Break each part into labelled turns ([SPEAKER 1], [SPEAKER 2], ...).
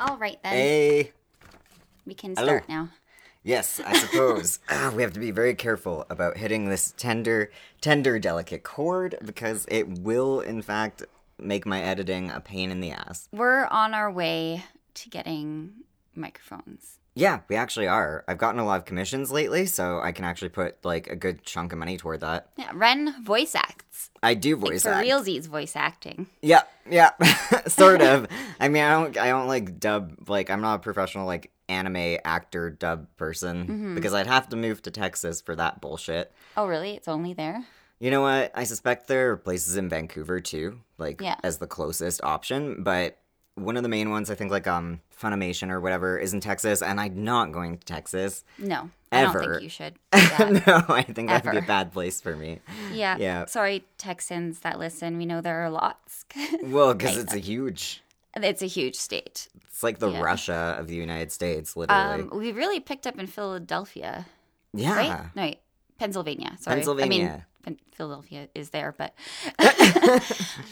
[SPEAKER 1] All right then.
[SPEAKER 2] Hey.
[SPEAKER 1] we can
[SPEAKER 2] Eh, hello.
[SPEAKER 1] start now.
[SPEAKER 2] Yes, I suppose. ah, we have to be very careful about hitting this tender, tender, delicate chord because it will, in fact, make my editing a pain in the ass.
[SPEAKER 1] We're on our way to getting microphones.
[SPEAKER 2] Yeah, we actually are. I've gotten a lot of commissions lately, so I can actually put like a good chunk of money toward that.
[SPEAKER 1] Yeah, Ren voice acts.
[SPEAKER 2] I do voice
[SPEAKER 1] For
[SPEAKER 2] act.
[SPEAKER 1] realsies voice acting.
[SPEAKER 2] Yeah, yeah, sort of. I mean, I don't, I don't like dub. Like, I'm not a professional like anime actor dub person because I'd have to move to Texas for that bullshit.
[SPEAKER 1] Oh really? It's only there?
[SPEAKER 2] You know what? I suspect there are places in Vancouver too, like
[SPEAKER 1] Yeah.
[SPEAKER 2] as the closest option. But one of the main ones, I think, like um Funimation or whatever, is in Texas, and I'm not going to Texas.
[SPEAKER 1] No. I don't
[SPEAKER 2] Ever.
[SPEAKER 1] think you should. do that.
[SPEAKER 2] no, I think that'd be a
[SPEAKER 1] Ever.
[SPEAKER 2] bad place for me.
[SPEAKER 1] yeah.
[SPEAKER 2] Yeah.
[SPEAKER 1] Sorry, Texans that listen. We know there are lots.
[SPEAKER 2] Well, because it's a huge,
[SPEAKER 1] it's a huge state.
[SPEAKER 2] it's like the
[SPEAKER 1] Yeah.
[SPEAKER 2] Russia of the United States, literally.
[SPEAKER 1] Um, we really picked up in Philadelphia,
[SPEAKER 2] yeah.
[SPEAKER 1] right? No, wait, Pennsylvania. Sorry, I mean
[SPEAKER 2] Ah. Pennsylvania.
[SPEAKER 1] Pen- Philadelphia is there, but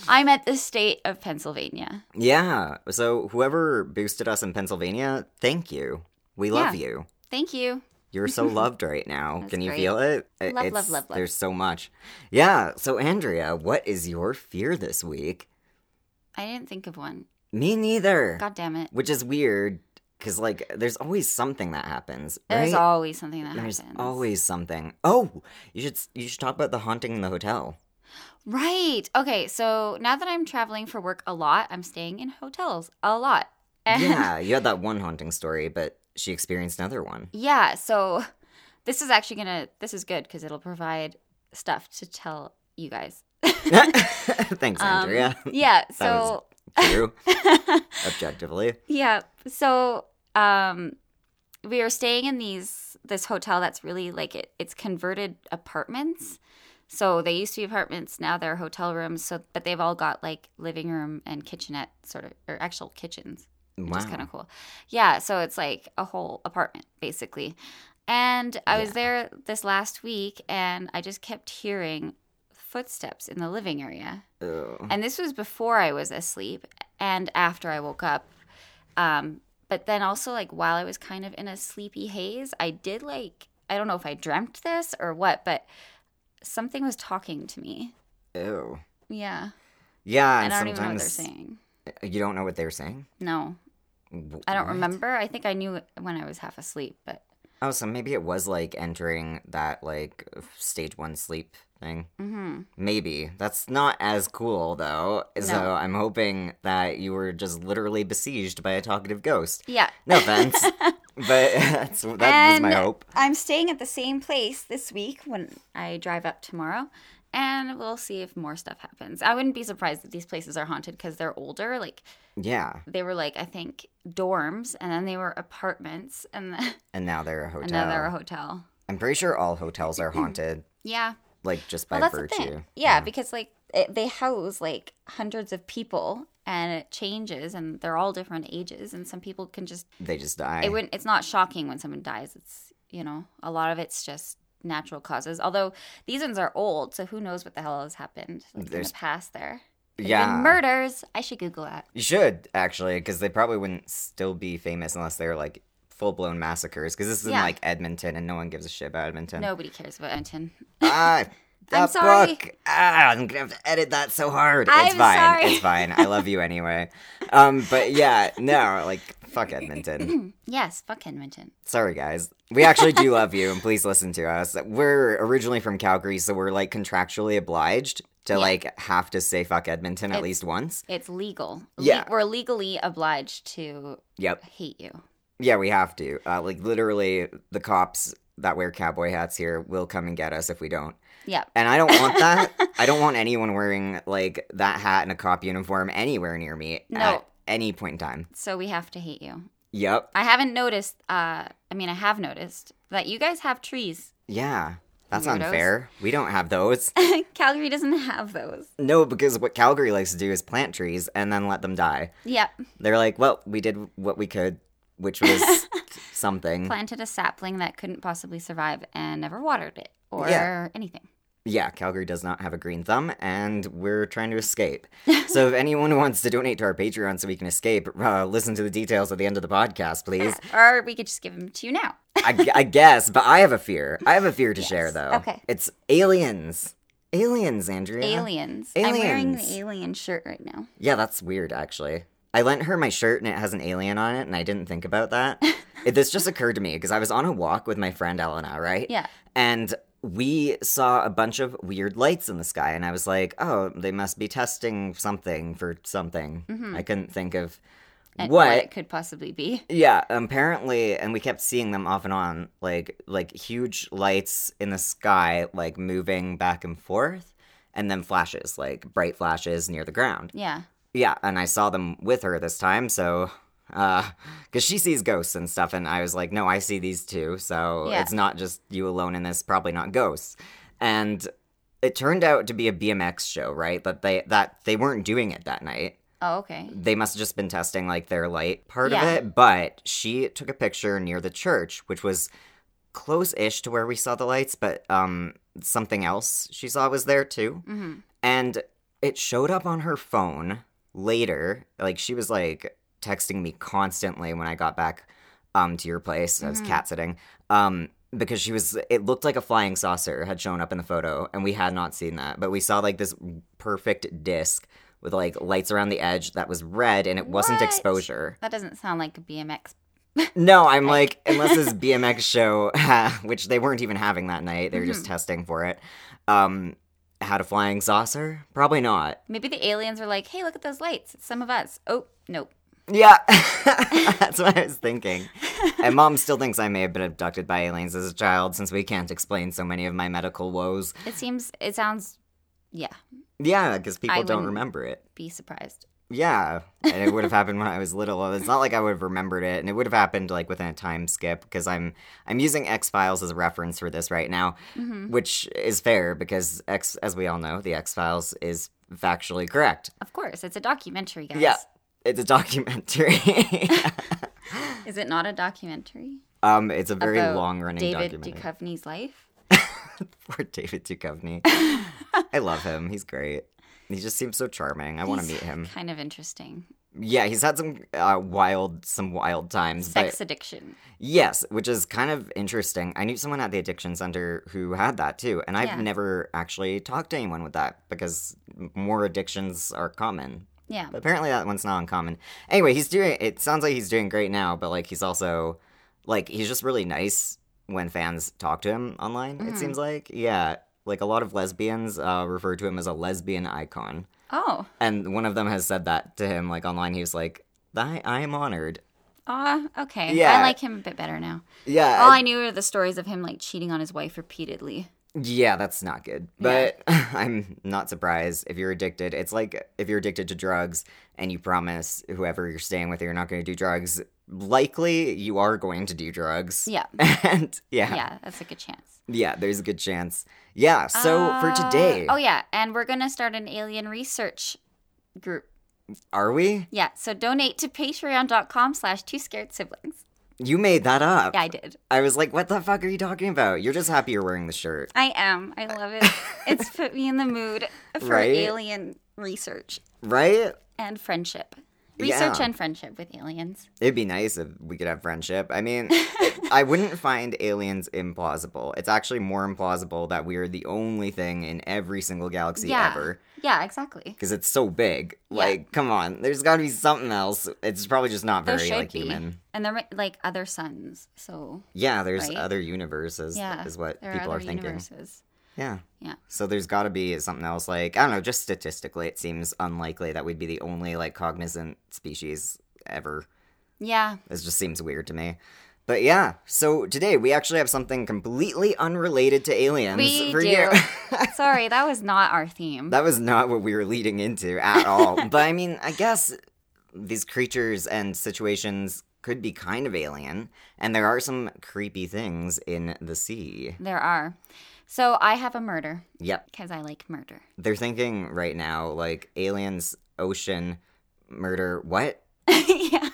[SPEAKER 1] I'm at the state of Pennsylvania.
[SPEAKER 2] Yeah. So whoever boosted us in Pennsylvania, thank you. We love
[SPEAKER 1] Yeah.
[SPEAKER 2] you.
[SPEAKER 1] Thank you.
[SPEAKER 2] You're so loved right now.
[SPEAKER 1] That's
[SPEAKER 2] Can you
[SPEAKER 1] great.
[SPEAKER 2] feel it? I-
[SPEAKER 1] Love, love, love, love.
[SPEAKER 2] There's so much. Yeah. So Andrea, what is your fear this week?
[SPEAKER 1] I didn't think of one.
[SPEAKER 2] Me neither.
[SPEAKER 1] God damn it.
[SPEAKER 2] Which is weird because like there's always something that happens.
[SPEAKER 1] There's
[SPEAKER 2] right?
[SPEAKER 1] always something that
[SPEAKER 2] There's
[SPEAKER 1] happens.
[SPEAKER 2] always something. Oh, you should you should talk about the haunting in the hotel.
[SPEAKER 1] Right. Okay. So now that I'm traveling for work a lot, I'm staying in hotels a lot. And
[SPEAKER 2] yeah, you had that one haunting story, but she experienced another one.
[SPEAKER 1] Yeah, so this is actually gonna this is good because it'll provide stuff to tell you guys.
[SPEAKER 2] Thanks,
[SPEAKER 1] Um,
[SPEAKER 2] Andrea.
[SPEAKER 1] yeah,
[SPEAKER 2] was
[SPEAKER 1] so
[SPEAKER 2] True, objectively.
[SPEAKER 1] yeah, so um, we were staying in these this hotel that's really like it, it's converted apartments. So they used to be apartments, now they're hotel rooms. So but they've all got like living room and kitchenette sort of or actual kitchens.
[SPEAKER 2] Wow.
[SPEAKER 1] which is kind of cool. Yeah, so it's like a whole apartment basically. And I was
[SPEAKER 2] Yeah.
[SPEAKER 1] there this last week and I just kept hearing footsteps in the living area.
[SPEAKER 2] Ew.
[SPEAKER 1] And this was before I was asleep and after I woke up. Um, but then also, like, while I was kind of in a sleepy haze, I did like, I don't know if I dreamt this or what, but something was talking to me.
[SPEAKER 2] Ew.
[SPEAKER 1] Yeah.
[SPEAKER 2] Yeah,
[SPEAKER 1] And
[SPEAKER 2] and,
[SPEAKER 1] I don't even know what they're
[SPEAKER 2] sometimes
[SPEAKER 1] saying.
[SPEAKER 2] you don't know what they were saying.
[SPEAKER 1] No,
[SPEAKER 2] W-
[SPEAKER 1] I don't
[SPEAKER 2] what?
[SPEAKER 1] remember. I think I knew it when I was half asleep, but
[SPEAKER 2] Oh, so maybe it was like entering that like stage one sleep thing.
[SPEAKER 1] hmm
[SPEAKER 2] Maybe that's not as cool though. So
[SPEAKER 1] No.
[SPEAKER 2] I'm hoping that you were just literally besieged by a talkative ghost.
[SPEAKER 1] Yeah.
[SPEAKER 2] No offense, but that's that was my
[SPEAKER 1] And-
[SPEAKER 2] hope.
[SPEAKER 1] I'm staying at the same place this week when I drive up tomorrow, and we'll see if more stuff happens. I wouldn't be surprised that these places are haunted because they're older. Like,
[SPEAKER 2] Yeah,
[SPEAKER 1] they were like, I think, dorms, and then they were apartments, and then
[SPEAKER 2] and now they're a
[SPEAKER 1] and
[SPEAKER 2] hotel.
[SPEAKER 1] now they're a hotel.
[SPEAKER 2] I'm pretty sure all hotels are haunted,
[SPEAKER 1] Yeah.
[SPEAKER 2] like just by
[SPEAKER 1] Well, that's the
[SPEAKER 2] virtue.
[SPEAKER 1] thing. Yeah, because, like, it, they house like hundreds of people. And it changes, and they're all different ages, and some people can just
[SPEAKER 2] they just die.
[SPEAKER 1] it wouldn't it's not shocking when someone dies it's you know a lot of it's just natural causes although these ones are old so who knows what the hell has happened like, in
[SPEAKER 2] There's-
[SPEAKER 1] the past there There've been
[SPEAKER 2] yeah,
[SPEAKER 1] murders i should google that
[SPEAKER 2] You should actually, because they probably wouldn't still be famous unless they were like full blown massacres. Because this is in
[SPEAKER 1] Yeah.
[SPEAKER 2] like Edmonton, and no one gives a shit about Edmonton.
[SPEAKER 1] nobody cares about Anton.
[SPEAKER 2] Ah, the
[SPEAKER 1] I'm sorry.
[SPEAKER 2] book. Ah, I'm gonna have to edit that so hard. it's
[SPEAKER 1] I'm
[SPEAKER 2] fine.
[SPEAKER 1] sorry.
[SPEAKER 2] It's fine. I love you anyway. Um, but yeah, no, like fuck Edmonton.
[SPEAKER 1] yes fuck edmonton
[SPEAKER 2] Sorry, guys. We actually do love you, and please listen to us. We're originally from Calgary, so we're like contractually obliged to
[SPEAKER 1] Yeah.
[SPEAKER 2] like have to say fuck Edmonton at
[SPEAKER 1] It's-
[SPEAKER 2] least once.
[SPEAKER 1] it's legal Le-
[SPEAKER 2] Yeah.
[SPEAKER 1] we're legally obliged to
[SPEAKER 2] Yep.
[SPEAKER 1] hate you
[SPEAKER 2] Yeah, we have to. Uh, like literally, the cops that wear cowboy hats here will come and get us if we don't.
[SPEAKER 1] yeah
[SPEAKER 2] And I don't want that. I don't want anyone wearing like that hat and a cop uniform anywhere near me
[SPEAKER 1] No.
[SPEAKER 2] at any point in time.
[SPEAKER 1] so we have to hate you
[SPEAKER 2] Yep.
[SPEAKER 1] i haven't noticed uh i mean i have noticed that you guys have trees
[SPEAKER 2] Yeah. That's
[SPEAKER 1] Weirdos.
[SPEAKER 2] unfair. We don't have those.
[SPEAKER 1] calgary doesn't have those
[SPEAKER 2] No, because what Calgary likes to do is plant trees and then let them die.
[SPEAKER 1] yep
[SPEAKER 2] They're like, well, we did what we could, which was something.
[SPEAKER 1] planted a sapling that couldn't possibly survive and never watered it or
[SPEAKER 2] Yeah.
[SPEAKER 1] anything.
[SPEAKER 2] yeah, Calgary does not have a green thumb, and we're trying to escape. so if anyone wants to donate to our Patreon so we can escape, uh, listen to the details at the end of the podcast, please.
[SPEAKER 1] Or we could just give them to you now.
[SPEAKER 2] I, g- I guess, but I have a fear. I have a fear to share, though.
[SPEAKER 1] Okay.
[SPEAKER 2] It's aliens. Aliens, Andrea.
[SPEAKER 1] Aliens. I'm wearing
[SPEAKER 2] Aliens.
[SPEAKER 1] the alien shirt right now.
[SPEAKER 2] Yeah, that's weird, actually. I lent her my shirt and it has an alien on it, and I didn't think about that. it, this just occurred to me because I was on a walk with my friend Elena, right?
[SPEAKER 1] Yeah.
[SPEAKER 2] And we saw a bunch of weird lights in the sky, and I was like, oh, they must be testing something for something. I couldn't think of
[SPEAKER 1] And
[SPEAKER 2] what.
[SPEAKER 1] it could possibly be.
[SPEAKER 2] Yeah, apparently, and we kept seeing them off and on, like like huge lights in the sky, like moving back and forth, and then flashes, like bright flashes near the ground.
[SPEAKER 1] Yeah.
[SPEAKER 2] Yeah, and I saw them with her this time, so uh cuz she sees ghosts and stuff and I was like, "No, I see these too." So
[SPEAKER 1] Yeah.
[SPEAKER 2] it's not just you alone in this, probably not ghosts. And it turned out to be a BMX show, right? But they that they weren't doing it that night.
[SPEAKER 1] Oh, okay.
[SPEAKER 2] They must have just been testing like their light part
[SPEAKER 1] Yeah.
[SPEAKER 2] of it, but she took a picture near the church, which was close-ish to where we saw the lights, but um something else she saw was there too
[SPEAKER 1] hmm
[SPEAKER 2] and it showed up on her phone later like she was like texting me constantly when i got back um to your place i was
[SPEAKER 1] Mhm.
[SPEAKER 2] cat sitting um because she was it looked like a flying saucer had shown up in the photo and we had not seen that but we saw like this perfect disc with like lights around the edge that was red and it wasn't
[SPEAKER 1] What?
[SPEAKER 2] exposure
[SPEAKER 1] That doesn't sound like a BMX.
[SPEAKER 2] no i'm like unless this bmx show which they weren't even having that night they were just testing for it um had a flying saucer probably not
[SPEAKER 1] Maybe the aliens were like, hey, look at those lights. It's some of us. Oh, nope.
[SPEAKER 2] Yeah, that's what I was thinking. And mom still thinks I may have been abducted by aliens as a child since we can't explain so many of my medical woes.
[SPEAKER 1] It seems, it sounds, yeah,
[SPEAKER 2] Yeah, because people don't
[SPEAKER 1] wouldn't-
[SPEAKER 2] remember it.
[SPEAKER 1] be surprised.
[SPEAKER 2] Yeah, and it would have happened when I was little. It's not like I would have remembered it, and it would have happened like within a time skip because I'm I'm using X Files as a reference for this right now,
[SPEAKER 1] Mhm.
[SPEAKER 2] which is fair because X, as we all know, the X Files is factually correct.
[SPEAKER 1] Of course. It's a documentary, guys.
[SPEAKER 2] Yeah, it's a documentary.
[SPEAKER 1] Is it not a documentary?
[SPEAKER 2] um, it's a very
[SPEAKER 1] About
[SPEAKER 2] long running
[SPEAKER 1] David
[SPEAKER 2] documentary.
[SPEAKER 1] Duchovny's life?
[SPEAKER 2] Poor David Duchovny. I love him. He's great. He just seems so charming. I want to
[SPEAKER 1] He's
[SPEAKER 2] meet him.
[SPEAKER 1] Kind of interesting.
[SPEAKER 2] Yeah, he's had some uh, wild, some wild times.
[SPEAKER 1] Sex
[SPEAKER 2] But
[SPEAKER 1] addiction.
[SPEAKER 2] yes, which is kind of interesting. I knew someone at the addiction center who had that too, and I've
[SPEAKER 1] Yeah.
[SPEAKER 2] never actually talked to anyone with that because more addictions are common.
[SPEAKER 1] Yeah.
[SPEAKER 2] But apparently, that one's not uncommon. Anyway, he's doing. It sounds like he's doing great now, but like he's also, like he's just really nice when fans talk to him online. It
[SPEAKER 1] Mhm.
[SPEAKER 2] seems like, yeah, like a lot of lesbians uh, refer to him as a lesbian icon,
[SPEAKER 1] Oh,
[SPEAKER 2] and one of them has said that to him like online. He was like, "I, I am honored."
[SPEAKER 1] ah, okay.
[SPEAKER 2] Yeah.
[SPEAKER 1] I like him a bit better now.
[SPEAKER 2] Yeah,
[SPEAKER 1] All Oh, I knew were the stories of him like cheating on his wife repeatedly.
[SPEAKER 2] Yeah, that's not good.
[SPEAKER 1] Yeah.
[SPEAKER 2] But I'm not surprised if you're addicted. It's like if you're addicted to drugs and you promise whoever you're staying with you're not going to do drugs, likely you are going to do drugs.
[SPEAKER 1] Yeah.
[SPEAKER 2] And yeah, yeah,
[SPEAKER 1] Yeah, that's a good chance.
[SPEAKER 2] there's a good chance. Yeah, so for
[SPEAKER 1] Uh,
[SPEAKER 2] today,
[SPEAKER 1] Oh yeah, and we're gonna start an alien research group.
[SPEAKER 2] are we?
[SPEAKER 1] Yeah, so donate to patreon.com slash two scared siblings.
[SPEAKER 2] You made that up.
[SPEAKER 1] Yeah, I did.
[SPEAKER 2] I was like, what the fuck are you talking about? You're just happy you're wearing the shirt.
[SPEAKER 1] I am. I love it. it's put me in the mood for
[SPEAKER 2] Right?
[SPEAKER 1] alien research
[SPEAKER 2] Right?
[SPEAKER 1] and friendship. Research
[SPEAKER 2] Yeah.
[SPEAKER 1] and friendship with aliens.
[SPEAKER 2] It'd be nice if we could have friendship. I mean, I wouldn't find aliens implausible. It's actually more implausible that we are the only thing in every single galaxy
[SPEAKER 1] Yeah.
[SPEAKER 2] ever
[SPEAKER 1] Yeah, exactly.
[SPEAKER 2] because it's so big.
[SPEAKER 1] Yeah.
[SPEAKER 2] Like, come on, there's got to be something else. It's probably just not
[SPEAKER 1] There
[SPEAKER 2] very
[SPEAKER 1] should
[SPEAKER 2] like
[SPEAKER 1] be.
[SPEAKER 2] human.
[SPEAKER 1] And they're like other suns, so
[SPEAKER 2] Yeah, there's
[SPEAKER 1] Right?
[SPEAKER 2] other universes.
[SPEAKER 1] Yeah,
[SPEAKER 2] is what
[SPEAKER 1] there
[SPEAKER 2] people
[SPEAKER 1] are
[SPEAKER 2] are
[SPEAKER 1] other
[SPEAKER 2] thinking.
[SPEAKER 1] universes.
[SPEAKER 2] Yeah.
[SPEAKER 1] Yeah.
[SPEAKER 2] So there's got to be something else. Like I don't know. Just statistically, it seems unlikely that we'd be the only like cognizant species ever.
[SPEAKER 1] Yeah.
[SPEAKER 2] This just seems weird to me. But yeah, so today we actually have something completely unrelated to aliens
[SPEAKER 1] We
[SPEAKER 2] for
[SPEAKER 1] do.
[SPEAKER 2] you.
[SPEAKER 1] Sorry, that was not our theme.
[SPEAKER 2] that was not what we were leading into at all. but I mean, I guess these creatures and situations could be kind of alien, and there are some creepy things in the sea.
[SPEAKER 1] there are. So I have a murder
[SPEAKER 2] Yep.
[SPEAKER 1] because I like murder.
[SPEAKER 2] They're thinking right now like aliens, ocean, murder. What?
[SPEAKER 1] yeah.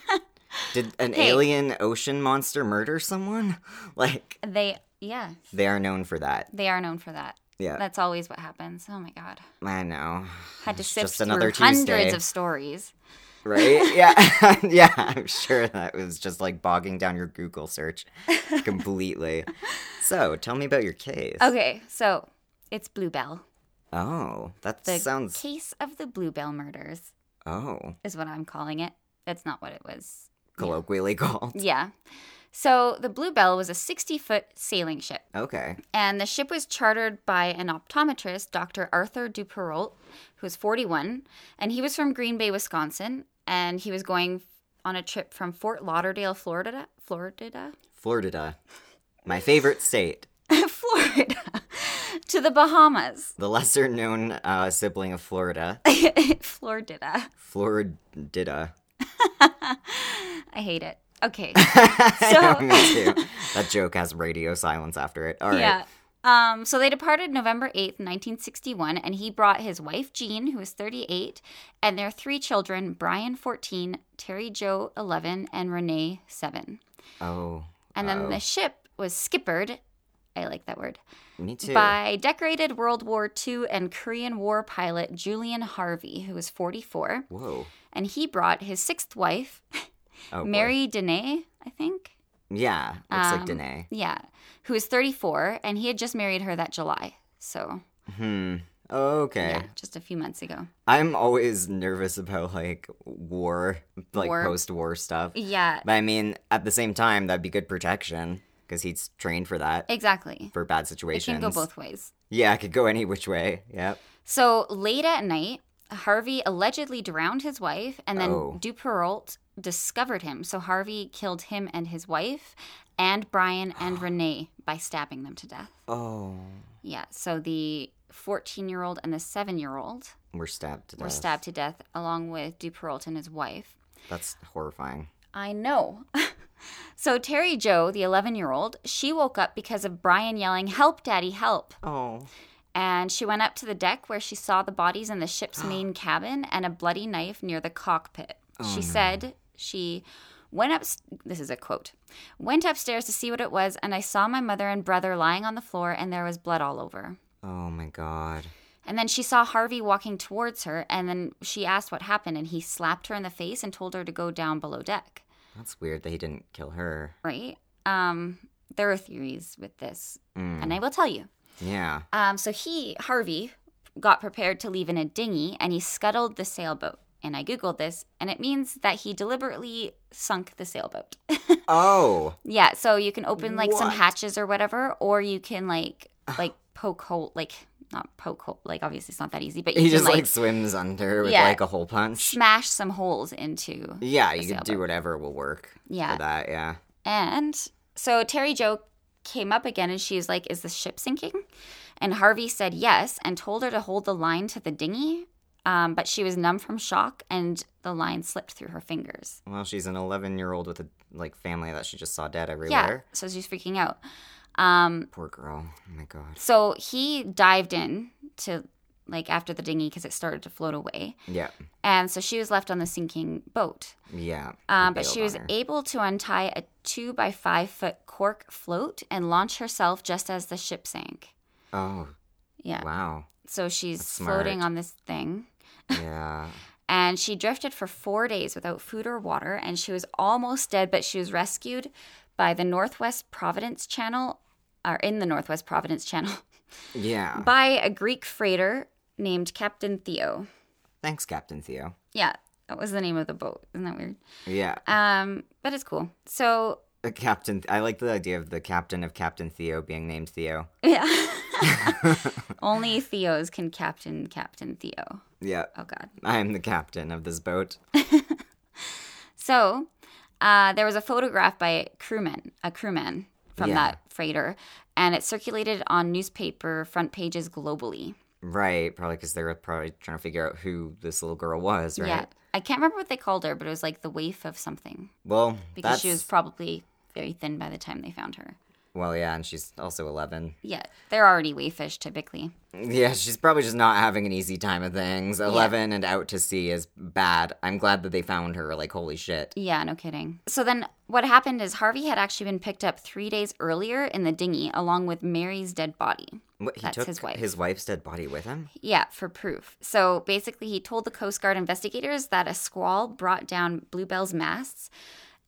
[SPEAKER 2] Did an
[SPEAKER 1] Hey.
[SPEAKER 2] alien ocean monster murder someone? Like
[SPEAKER 1] They, yeah,
[SPEAKER 2] they are known for that.
[SPEAKER 1] they are known for that.
[SPEAKER 2] Yeah,
[SPEAKER 1] That's always what happens. Oh my god.
[SPEAKER 2] I know.
[SPEAKER 1] Had to
[SPEAKER 2] It's
[SPEAKER 1] sift
[SPEAKER 2] just
[SPEAKER 1] through
[SPEAKER 2] another Tuesday.
[SPEAKER 1] hundreds of stories.
[SPEAKER 2] Right? Yeah. yeah. I'm sure that was just like bogging down your Google search completely. so tell me about your case.
[SPEAKER 1] Okay, so it's Bluebell.
[SPEAKER 2] Oh, that
[SPEAKER 1] The
[SPEAKER 2] sounds.
[SPEAKER 1] case of the Bluebell murders
[SPEAKER 2] Oh,
[SPEAKER 1] is what I'm calling it. That's not what it was.
[SPEAKER 2] colloquially called.
[SPEAKER 1] Yeah. So the Bluebell was a 60 foot sailing ship,
[SPEAKER 2] Okay.
[SPEAKER 1] and the ship was chartered by an optometrist, Dr. Arthur Duperrault, who was 41, and he was from Green Bay, Wisconsin, and he was going on a trip from Fort Lauderdale, Florida, Florida,
[SPEAKER 2] Florida. My favorite state.
[SPEAKER 1] Florida, to the Bahamas,
[SPEAKER 2] The lesser known uh, sibling of Florida.
[SPEAKER 1] Florida.
[SPEAKER 2] Florida.
[SPEAKER 1] I hate it. Okay.
[SPEAKER 2] I
[SPEAKER 1] So-
[SPEAKER 2] know, me too. That joke has radio silence after it. All right.
[SPEAKER 1] Yeah. Um, so they departed November 8th, 1961, and he brought his wife, Jean, who was 38, and their three children, Brian, 14, Terry Joe, 11, and Renee, 7.
[SPEAKER 2] Oh,
[SPEAKER 1] And then
[SPEAKER 2] Oh.
[SPEAKER 1] the ship was skippered, I like that word,
[SPEAKER 2] me too.
[SPEAKER 1] by decorated World War II and Korean War pilot Julian Harvey, who was 44.
[SPEAKER 2] Whoa.
[SPEAKER 1] And he brought his sixth wife,
[SPEAKER 2] Oh, boy.
[SPEAKER 1] Mary Dene, I think.
[SPEAKER 2] Yeah. Looks like
[SPEAKER 1] Um,
[SPEAKER 2] Danae.
[SPEAKER 1] Yeah, who is 34, and he had just married her that July. So,
[SPEAKER 2] Hmm. Okay.
[SPEAKER 1] yeah, just a few months ago.
[SPEAKER 2] I'm always nervous about like war, like
[SPEAKER 1] War.
[SPEAKER 2] post war stuff.
[SPEAKER 1] Yeah,
[SPEAKER 2] But I mean, at the same time, that'd be good protection because he's trained for that
[SPEAKER 1] exactly.
[SPEAKER 2] for bad
[SPEAKER 1] It
[SPEAKER 2] situations.
[SPEAKER 1] can go both ways.
[SPEAKER 2] Yeah, it could go any which way. Yep.
[SPEAKER 1] So, late at night, Harvey allegedly drowned his wife, and then
[SPEAKER 2] Oh.
[SPEAKER 1] Duperrault discovered him. So, Harvey killed him and his wife, and Brian and Renee by stabbing them to death.
[SPEAKER 2] Oh,
[SPEAKER 1] Yeah, so the 14 year old and the 7 year old
[SPEAKER 2] we're stabbed. To
[SPEAKER 1] were
[SPEAKER 2] death.
[SPEAKER 1] stabbed to death along with Duperrault and his wife.
[SPEAKER 2] That's horrifying.
[SPEAKER 1] I know. so Terry Joe, the 11 year old, she woke up because of Brian yelling, Help, Daddy, help.
[SPEAKER 2] Oh.
[SPEAKER 1] And she went up to the deck where she saw the bodies in the ship's main cabin and a bloody knife near the cockpit. she said she went up, this is a quote, went upstairs to see what it was, and I saw my mother and brother lying on the floor, and there was blood all over.
[SPEAKER 2] Oh my God.
[SPEAKER 1] And then she saw Harvey walking towards her, and then she asked what happened, and he slapped her in the face and told her to go down below deck.
[SPEAKER 2] That's weird that he didn't kill her.
[SPEAKER 1] right? Um, there are theories with this,
[SPEAKER 2] Mm.
[SPEAKER 1] and I will tell you.
[SPEAKER 2] Yeah.
[SPEAKER 1] Um, so he, Harvey, got prepared to leave in a dinghy and he scuttled the sailboat. And I Googled this, and it means that he deliberately sunk the sailboat.
[SPEAKER 2] Oh.
[SPEAKER 1] yeah, so you can open like some
[SPEAKER 2] What?
[SPEAKER 1] hatches or whatever, or you can like like poke hole, like not poke hole, like obviously it's not that easy, but you
[SPEAKER 2] He
[SPEAKER 1] can
[SPEAKER 2] just
[SPEAKER 1] like,
[SPEAKER 2] like, swims under with
[SPEAKER 1] Yeah.
[SPEAKER 2] like a hole punch.
[SPEAKER 1] smash some holes into.
[SPEAKER 2] Yeah, you
[SPEAKER 1] a
[SPEAKER 2] could do
[SPEAKER 1] sailboat.
[SPEAKER 2] whatever will work
[SPEAKER 1] Yeah,
[SPEAKER 2] for that. Yeah.
[SPEAKER 1] And so Terry Jo came up again and she's like, Is the ship sinking? And Harvey said yes and told her to hold the line to the dinghy. Um, but she was numb from shock and the line slipped through her fingers.
[SPEAKER 2] Well, she's an 11 year old with a like family that she just saw dead
[SPEAKER 1] Yeah.
[SPEAKER 2] everywhere.
[SPEAKER 1] So she's freaking out. Um,
[SPEAKER 2] Poor girl. Oh my god.
[SPEAKER 1] so he dived in to like after the dinghy because it started to float away.
[SPEAKER 2] Yeah.
[SPEAKER 1] And so she was left on the sinking boat.
[SPEAKER 2] Yeah.
[SPEAKER 1] Um,
[SPEAKER 2] They
[SPEAKER 1] but she
[SPEAKER 2] bailed
[SPEAKER 1] was
[SPEAKER 2] on her.
[SPEAKER 1] able to untie a two by five foot cork float and launch herself just as the ship sank.
[SPEAKER 2] Oh,
[SPEAKER 1] Yeah.
[SPEAKER 2] wow.
[SPEAKER 1] So she's
[SPEAKER 2] smart.
[SPEAKER 1] floating on this thing.
[SPEAKER 2] Yeah.
[SPEAKER 1] And she drifted for four days without food or water. And she was almost dead, but she was rescued by the Northwest Providence Channel, or in the Northwest Providence Channel,
[SPEAKER 2] Yeah.
[SPEAKER 1] by a Greek freighter named Captain Theo.
[SPEAKER 2] Thanks, Captain Theo.
[SPEAKER 1] Yeah, that was the name of the boat. Isn't that weird?
[SPEAKER 2] Yeah.
[SPEAKER 1] Um, but it's cool. So,
[SPEAKER 2] Uh, Captain I like the idea of the captain of Captain Theo being named Theo.
[SPEAKER 1] yeah. Only Theos can captain Captain Theo.
[SPEAKER 2] Yeah.
[SPEAKER 1] Oh, God.
[SPEAKER 2] I'm the captain of this boat.
[SPEAKER 1] So uh, there was a photograph by crewman, a crewman from
[SPEAKER 2] Yeah.
[SPEAKER 1] that freighter, and it circulated on newspaper front pages globally.
[SPEAKER 2] Right, probably because they were probably trying to figure out who this little girl was, right?
[SPEAKER 1] Yeah, I can't remember what they called her, but it was like the waif of something
[SPEAKER 2] Well,
[SPEAKER 1] because
[SPEAKER 2] that's
[SPEAKER 1] she was probably very thin by the time they found her.
[SPEAKER 2] well, yeah, and she's also eleven.
[SPEAKER 1] Yeah, they're already waifish typically.
[SPEAKER 2] Yeah, she's probably just not having an easy time of things. Eleven and out to sea is bad. I'm glad that they found her. Like, holy shit.
[SPEAKER 1] Yeah, no kidding. So then what happened is Harvey had actually been picked up three days earlier in the dinghy along with Mary's dead body.
[SPEAKER 2] What, he
[SPEAKER 1] That's
[SPEAKER 2] took
[SPEAKER 1] his wife.
[SPEAKER 2] wife's dead body with him.
[SPEAKER 1] Yeah, for proof. So basically, he told the Coast Guard investigators that a squall brought down Bluebell's masts,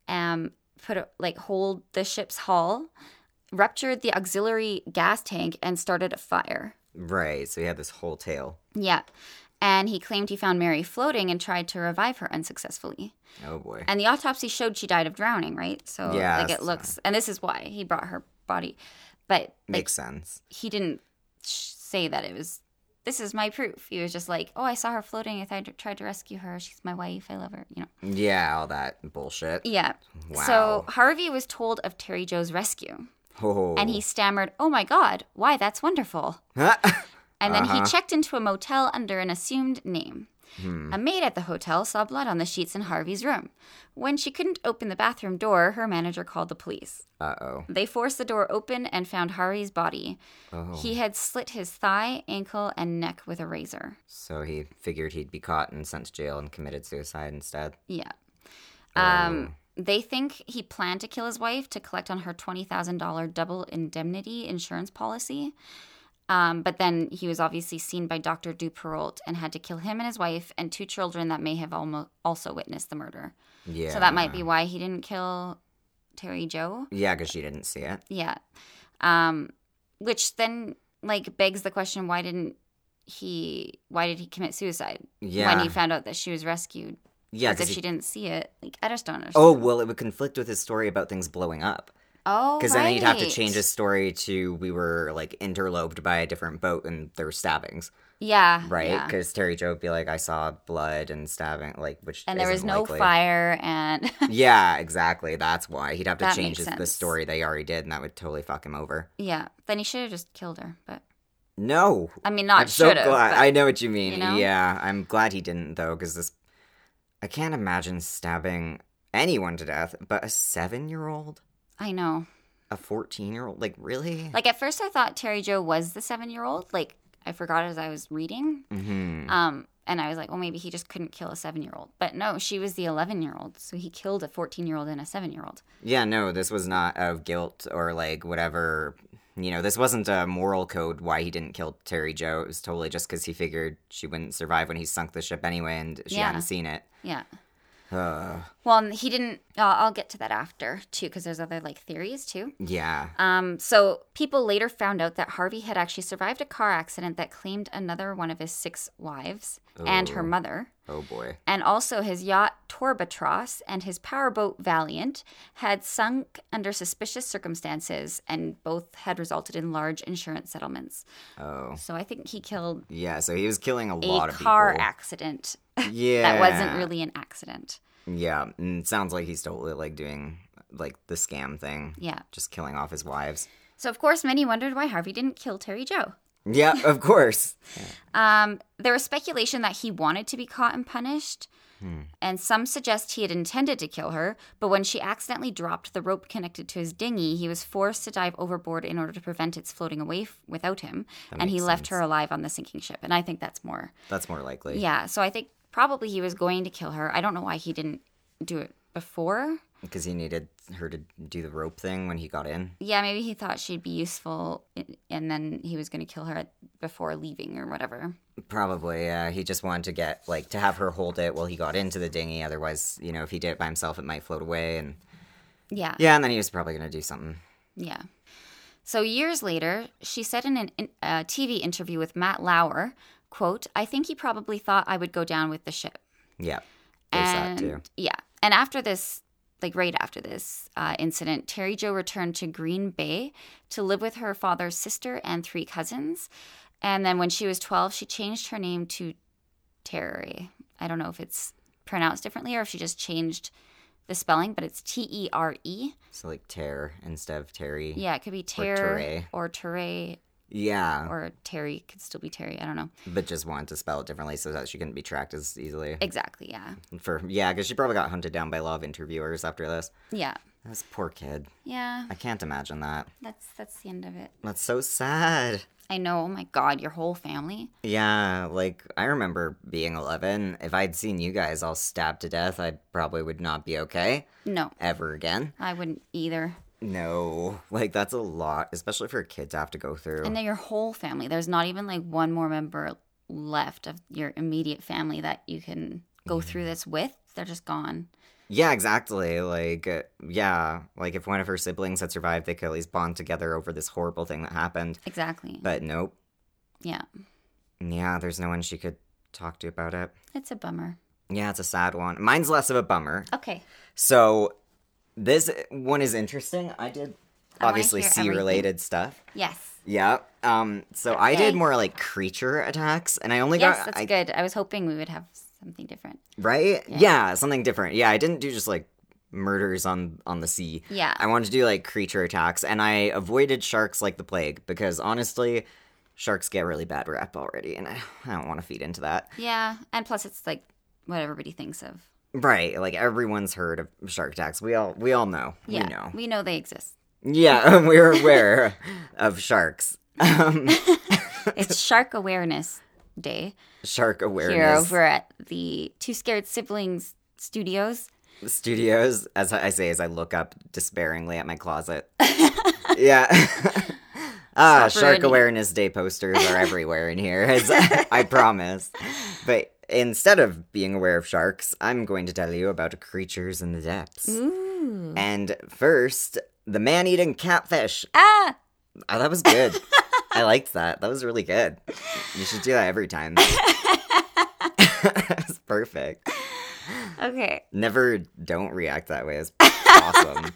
[SPEAKER 1] um, put a, like hold the ship's hull, ruptured the auxiliary gas tank, and started a fire.
[SPEAKER 2] Right. So he had this whole tale.
[SPEAKER 1] Yeah, and he claimed he found Mary floating and tried to revive her unsuccessfully.
[SPEAKER 2] Oh boy.
[SPEAKER 1] And the autopsy showed she died of drowning, right? So
[SPEAKER 2] Yeah,
[SPEAKER 1] like it
[SPEAKER 2] so-
[SPEAKER 1] looks, and this is why he brought her body, but like
[SPEAKER 2] Makes sense.
[SPEAKER 1] he didn't sh- say that it was this is my proof he was just like oh i saw her floating i th- I tried to rescue her she's my wife i love her you know
[SPEAKER 2] Yeah. All that bullshit.
[SPEAKER 1] yeah
[SPEAKER 2] Wow.
[SPEAKER 1] E, so harvey was told of terry joe's rescue
[SPEAKER 2] Oh.
[SPEAKER 1] and he stammered oh my god why that's wonderful and then
[SPEAKER 2] Uh-huh.
[SPEAKER 1] he checked into a motel under an assumed name
[SPEAKER 2] Hmm.
[SPEAKER 1] A maid at the hotel saw blood on the sheets in Harvey's room. When she couldn't open the bathroom door, her manager called the police.
[SPEAKER 2] uh oh.
[SPEAKER 1] They forced the door open and found Harvey's body.
[SPEAKER 2] Oh.
[SPEAKER 1] He had slit his thigh, ankle, and neck with a razor.
[SPEAKER 2] So he figured he'd be caught and sent to jail and committed suicide instead. Oh,
[SPEAKER 1] Yeah. Um, They think he planned to kill his wife to collect on her $20,000 double indemnity insurance policy. Um, but then he was obviously seen by Dr. Duperolt and had to kill him and his wife and two children that may have almo- also witnessed the murder.
[SPEAKER 2] Yeah.
[SPEAKER 1] So that might be why he didn't kill Terry Joe.
[SPEAKER 2] Yeah, because she didn't see it.
[SPEAKER 1] Yeah. Um, which then like begs the question why didn't he why did he commit suicide
[SPEAKER 2] Yeah.
[SPEAKER 1] when he found out that she was rescued
[SPEAKER 2] yeah,
[SPEAKER 1] as if
[SPEAKER 2] because
[SPEAKER 1] she didn't see it. Like I just don't understand.
[SPEAKER 2] Oh well, it would conflict with his story about things blowing up.
[SPEAKER 1] oh,
[SPEAKER 2] Because then he'd have to
[SPEAKER 1] right.
[SPEAKER 2] change his story to we were like interloped by a different boat and there were stabbings,
[SPEAKER 1] Yeah,
[SPEAKER 2] right?
[SPEAKER 1] Uh, yeah.
[SPEAKER 2] Because Terry Joe would be like, I saw blood and stabbing, like which
[SPEAKER 1] And there was
[SPEAKER 2] isn't
[SPEAKER 1] no
[SPEAKER 2] likely.
[SPEAKER 1] fire, and
[SPEAKER 2] Yeah, exactly. That's why he'd have to
[SPEAKER 1] That
[SPEAKER 2] change
[SPEAKER 1] makes
[SPEAKER 2] his, the
[SPEAKER 1] sense.
[SPEAKER 2] story they already did, and that would totally fuck him over.
[SPEAKER 1] yeah, then he should have just killed her. But
[SPEAKER 2] No,
[SPEAKER 1] I mean,
[SPEAKER 2] I'm
[SPEAKER 1] not
[SPEAKER 2] so
[SPEAKER 1] should
[SPEAKER 2] glad.
[SPEAKER 1] have.
[SPEAKER 2] I know what you mean.
[SPEAKER 1] you know?
[SPEAKER 2] Yeah, I'm glad he didn't though, because this, I can't imagine stabbing anyone to death, but a seven-year-old,
[SPEAKER 1] I know.
[SPEAKER 2] a fourteen-year-old, like really?
[SPEAKER 1] Like at first, I thought Terry Joe was the seven-year-old. Like I forgot as I was reading,
[SPEAKER 2] mm-hmm.
[SPEAKER 1] um, and I was like, well, maybe he just couldn't kill a seven-year-old. But no, she was the eleven-year-old, so he killed a fourteen-year-old and a seven-year-old.
[SPEAKER 2] Yeah, no, this was not of guilt or like whatever. You know, this wasn't a moral code why he didn't kill Terry Joe. It was totally just because he figured she wouldn't survive when he sunk the ship anyway, and she
[SPEAKER 1] Yeah.
[SPEAKER 2] hadn't seen it.
[SPEAKER 1] Yeah.
[SPEAKER 2] Uh,
[SPEAKER 1] Well, and he didn't. Uh, I'll get to that after too, because there's other like theories too.
[SPEAKER 2] yeah.
[SPEAKER 1] Um, so people later found out that Harvey had actually survived a car accident that claimed another one of his six wives and her
[SPEAKER 2] Ooh.
[SPEAKER 1] mother.
[SPEAKER 2] Oh boy.
[SPEAKER 1] And also his yacht Torbatros and his powerboat Valiant had sunk under suspicious circumstances and both had resulted in large insurance settlements.
[SPEAKER 2] Oh.
[SPEAKER 1] So I think he killed
[SPEAKER 2] Yeah, so he was killing a,
[SPEAKER 1] a
[SPEAKER 2] lot of
[SPEAKER 1] car
[SPEAKER 2] people.
[SPEAKER 1] accident
[SPEAKER 2] Yeah.
[SPEAKER 1] that wasn't really an accident.
[SPEAKER 2] Yeah, and it sounds like he's totally like doing like the scam thing.
[SPEAKER 1] Yeah.
[SPEAKER 2] Just killing off his wives.
[SPEAKER 1] So of course many wondered why Harvey didn't kill Terry Joe.
[SPEAKER 2] Yeah, of course.
[SPEAKER 1] Um, there was speculation that he wanted to be caught and punished, and some suggest he had intended to kill her, but when she accidentally dropped the rope connected to his dinghy, he was forced to dive overboard in order to prevent its floating away f- without him, and he
[SPEAKER 2] makes
[SPEAKER 1] left her alive on the sinking ship. And I think that's more.
[SPEAKER 2] That's more likely.
[SPEAKER 1] Yeah, so I think probably he was going to kill her. I don't know why he didn't do it before.
[SPEAKER 2] Because he needed her to do the rope thing when he got in.
[SPEAKER 1] Yeah, maybe he thought she'd be useful, i- and then he was going to kill her before leaving or whatever.
[SPEAKER 2] Probably, yeah. He just wanted to get like to have her hold it while he got into the dinghy. Otherwise, you know, if he did it by himself, it might float away. And
[SPEAKER 1] Yeah.
[SPEAKER 2] yeah, and then he was probably gonna do something.
[SPEAKER 1] Yeah. So years later, she said in an in, a TV interview with Matt Lauer, "quote I think he probably thought I would go down with the ship."
[SPEAKER 2] Yeah, there's
[SPEAKER 1] And
[SPEAKER 2] that too.
[SPEAKER 1] yeah, and after this, like right after this uh, incident, Terry Jo returned to Green Bay to live with her father's sister and three cousins. And then when she was twelve, she changed her name to Terry. I don't know if it's pronounced differently or if she just changed the spelling, but it's T E R E.
[SPEAKER 2] So like tear instead of Terry.
[SPEAKER 1] Yeah, it could be
[SPEAKER 2] Teray.
[SPEAKER 1] Terry or Teray
[SPEAKER 2] Yeah,
[SPEAKER 1] or Terry could still be Terry. I don't know
[SPEAKER 2] but just wanted to spell it differently so that she couldn't be tracked as easily.
[SPEAKER 1] exactly. Yeah,
[SPEAKER 2] For yeah, because she probably got hunted down by a lot of interviewers after this.
[SPEAKER 1] yeah.
[SPEAKER 2] This poor kid.
[SPEAKER 1] Yeah,
[SPEAKER 2] I can't imagine that.
[SPEAKER 1] that's that's the end of it.
[SPEAKER 2] That's so sad.
[SPEAKER 1] I know. Oh my God, your whole family.
[SPEAKER 2] Yeah, like I remember being 11. If I'd seen you guys all stabbed to death, I probably would not be okay
[SPEAKER 1] No,
[SPEAKER 2] ever again.
[SPEAKER 1] I wouldn't either.
[SPEAKER 2] No, like that's a lot, especially for a kid to have to go through.
[SPEAKER 1] And then your whole family. There's not even like one more member left of your immediate family that you can
[SPEAKER 2] Mm.
[SPEAKER 1] go through this with. They're just gone.
[SPEAKER 2] yeah, exactly. Like, uh, yeah, like if one of her siblings had survived, they could at least bond together over this horrible thing that happened.
[SPEAKER 1] Exactly.
[SPEAKER 2] But nope.
[SPEAKER 1] yeah,
[SPEAKER 2] Yeah, there's no one she could talk to about it.
[SPEAKER 1] it's a bummer.
[SPEAKER 2] Yeah, it's a sad one. Mine's less of a bummer.
[SPEAKER 1] Okay.
[SPEAKER 2] So this one is interesting. I did
[SPEAKER 1] I wanna
[SPEAKER 2] obviously
[SPEAKER 1] hear
[SPEAKER 2] sea
[SPEAKER 1] everything.
[SPEAKER 2] related stuff.
[SPEAKER 1] Yes.
[SPEAKER 2] Yeah. Um. So I
[SPEAKER 1] Okay.
[SPEAKER 2] did more like creature attacks, and I only
[SPEAKER 1] yes,
[SPEAKER 2] got
[SPEAKER 1] that's
[SPEAKER 2] I,
[SPEAKER 1] good. I was hoping we would have something different.
[SPEAKER 2] right.
[SPEAKER 1] Yeah.
[SPEAKER 2] Yeah. something different. Yeah, I didn't do just like murders on on the sea.
[SPEAKER 1] Yeah.
[SPEAKER 2] I wanted to do like creature attacks, and I avoided sharks like the plague because honestly, sharks get really bad rap already, and I, I don't want to feed into that.
[SPEAKER 1] Yeah, and plus it's like what everybody thinks of.
[SPEAKER 2] Right. Like everyone's heard of shark attacks. We all we all know.
[SPEAKER 1] Yeah,
[SPEAKER 2] We know.
[SPEAKER 1] they exist.
[SPEAKER 2] Yeah, um, we're aware of sharks. Um,
[SPEAKER 1] It's Shark Awareness Day
[SPEAKER 2] shark
[SPEAKER 1] here
[SPEAKER 2] awareness
[SPEAKER 1] over at the Two Scared Siblings Studios.
[SPEAKER 2] studios, as I say, as I look up despairingly at my closet. yeah. ah,
[SPEAKER 1] Stop
[SPEAKER 2] Shark
[SPEAKER 1] ruining-
[SPEAKER 2] Awareness Day posters are everywhere in here, as I, I promise. But instead of being aware of sharks, I'm going to tell you about creatures in the depths.
[SPEAKER 1] Mm. Ooh.
[SPEAKER 2] And first, the man eating catfish.
[SPEAKER 1] Ah,
[SPEAKER 2] Oh, that was good. I liked that. That was really good. You should do that every time. That's perfect.
[SPEAKER 1] okay.
[SPEAKER 2] Never don't react that way. It's awesome.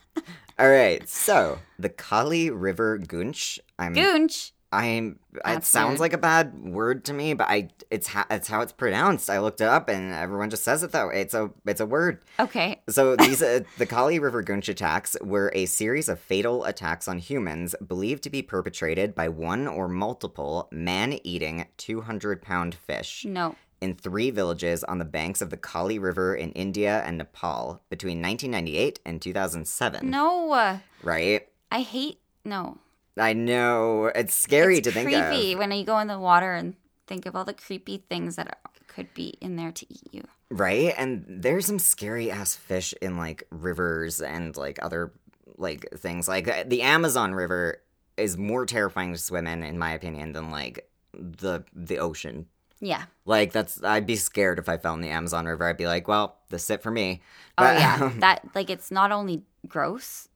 [SPEAKER 2] All right. So the Kali River Goonch. I'm.
[SPEAKER 1] Goonch.
[SPEAKER 2] I'm. It
[SPEAKER 1] That's
[SPEAKER 2] sounds
[SPEAKER 1] weird.
[SPEAKER 2] like a bad word to me, but I. It's how. It's how it's pronounced. I looked it up, and everyone just says it that way. It's a. It's a word.
[SPEAKER 1] Okay.
[SPEAKER 2] So these uh, the Kali River Gunch attacks were a series of fatal attacks on humans believed to be perpetrated by one or multiple man-eating 200-pound fish
[SPEAKER 1] No.
[SPEAKER 2] in three villages on the banks of the Kali River in India and Nepal between 1998 and 2007.
[SPEAKER 1] No. uh,
[SPEAKER 2] Right?
[SPEAKER 1] I hate no.
[SPEAKER 2] I know it's scary
[SPEAKER 1] It's
[SPEAKER 2] to think
[SPEAKER 1] creepy
[SPEAKER 2] of.
[SPEAKER 1] when you go in the water and think of all the creepy things that are, could be in there to eat you.
[SPEAKER 2] Right? And there's some scary ass fish in like rivers and like other like things. Like uh, the- the Amazon River is more terrifying to swim in in my opinion than like the the ocean.
[SPEAKER 1] Yeah.
[SPEAKER 2] Like that's I'd be scared if I fell in the Amazon River. I'd be like, well, this is it for me.
[SPEAKER 1] Oh
[SPEAKER 2] But-
[SPEAKER 1] yeah. That like it's not only gross,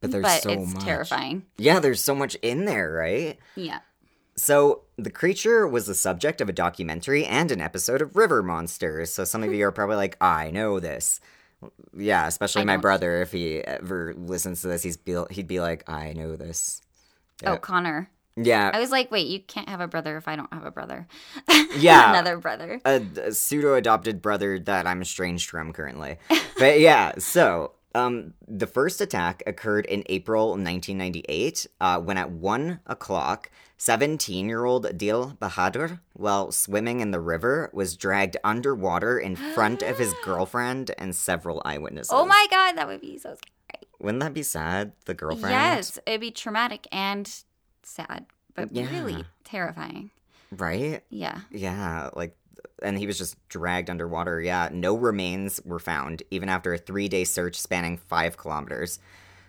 [SPEAKER 2] but there's
[SPEAKER 1] but
[SPEAKER 2] so
[SPEAKER 1] it's
[SPEAKER 2] much.
[SPEAKER 1] terrifying.
[SPEAKER 2] Yeah, there's so much in there, right?
[SPEAKER 1] Yeah.
[SPEAKER 2] So, the creature was the subject of a documentary and an episode of River Monsters. So, some of you are probably like, I know this. Yeah, especially
[SPEAKER 1] Hmm. I
[SPEAKER 2] my
[SPEAKER 1] don't.
[SPEAKER 2] brother. If he ever listens to this, he's be, he'd be like, I know this.
[SPEAKER 1] Oh, Connor. I
[SPEAKER 2] Yeah.
[SPEAKER 1] was like, wait, you can't have a brother if I don't have a brother.
[SPEAKER 2] Yeah.
[SPEAKER 1] Another brother.
[SPEAKER 2] A, pseudo adopted brother that I'm estranged from currently. but yeah, so. Um, the first attack occurred in April 1998 uh, when, at 1 o'clock, 17 year old Dil Bahadur, while swimming in the river, was dragged underwater in front of his girlfriend and several eyewitnesses.
[SPEAKER 1] Oh my God, that would be so scary.
[SPEAKER 2] Wouldn't that be sad? The girlfriend?
[SPEAKER 1] Yes, it'd be traumatic and sad, but
[SPEAKER 2] Yeah.
[SPEAKER 1] really terrifying.
[SPEAKER 2] Right?
[SPEAKER 1] Yeah.
[SPEAKER 2] Yeah, like, and he was just dragged underwater. Yeah, no remains were found, even after a three day search spanning five kilometers.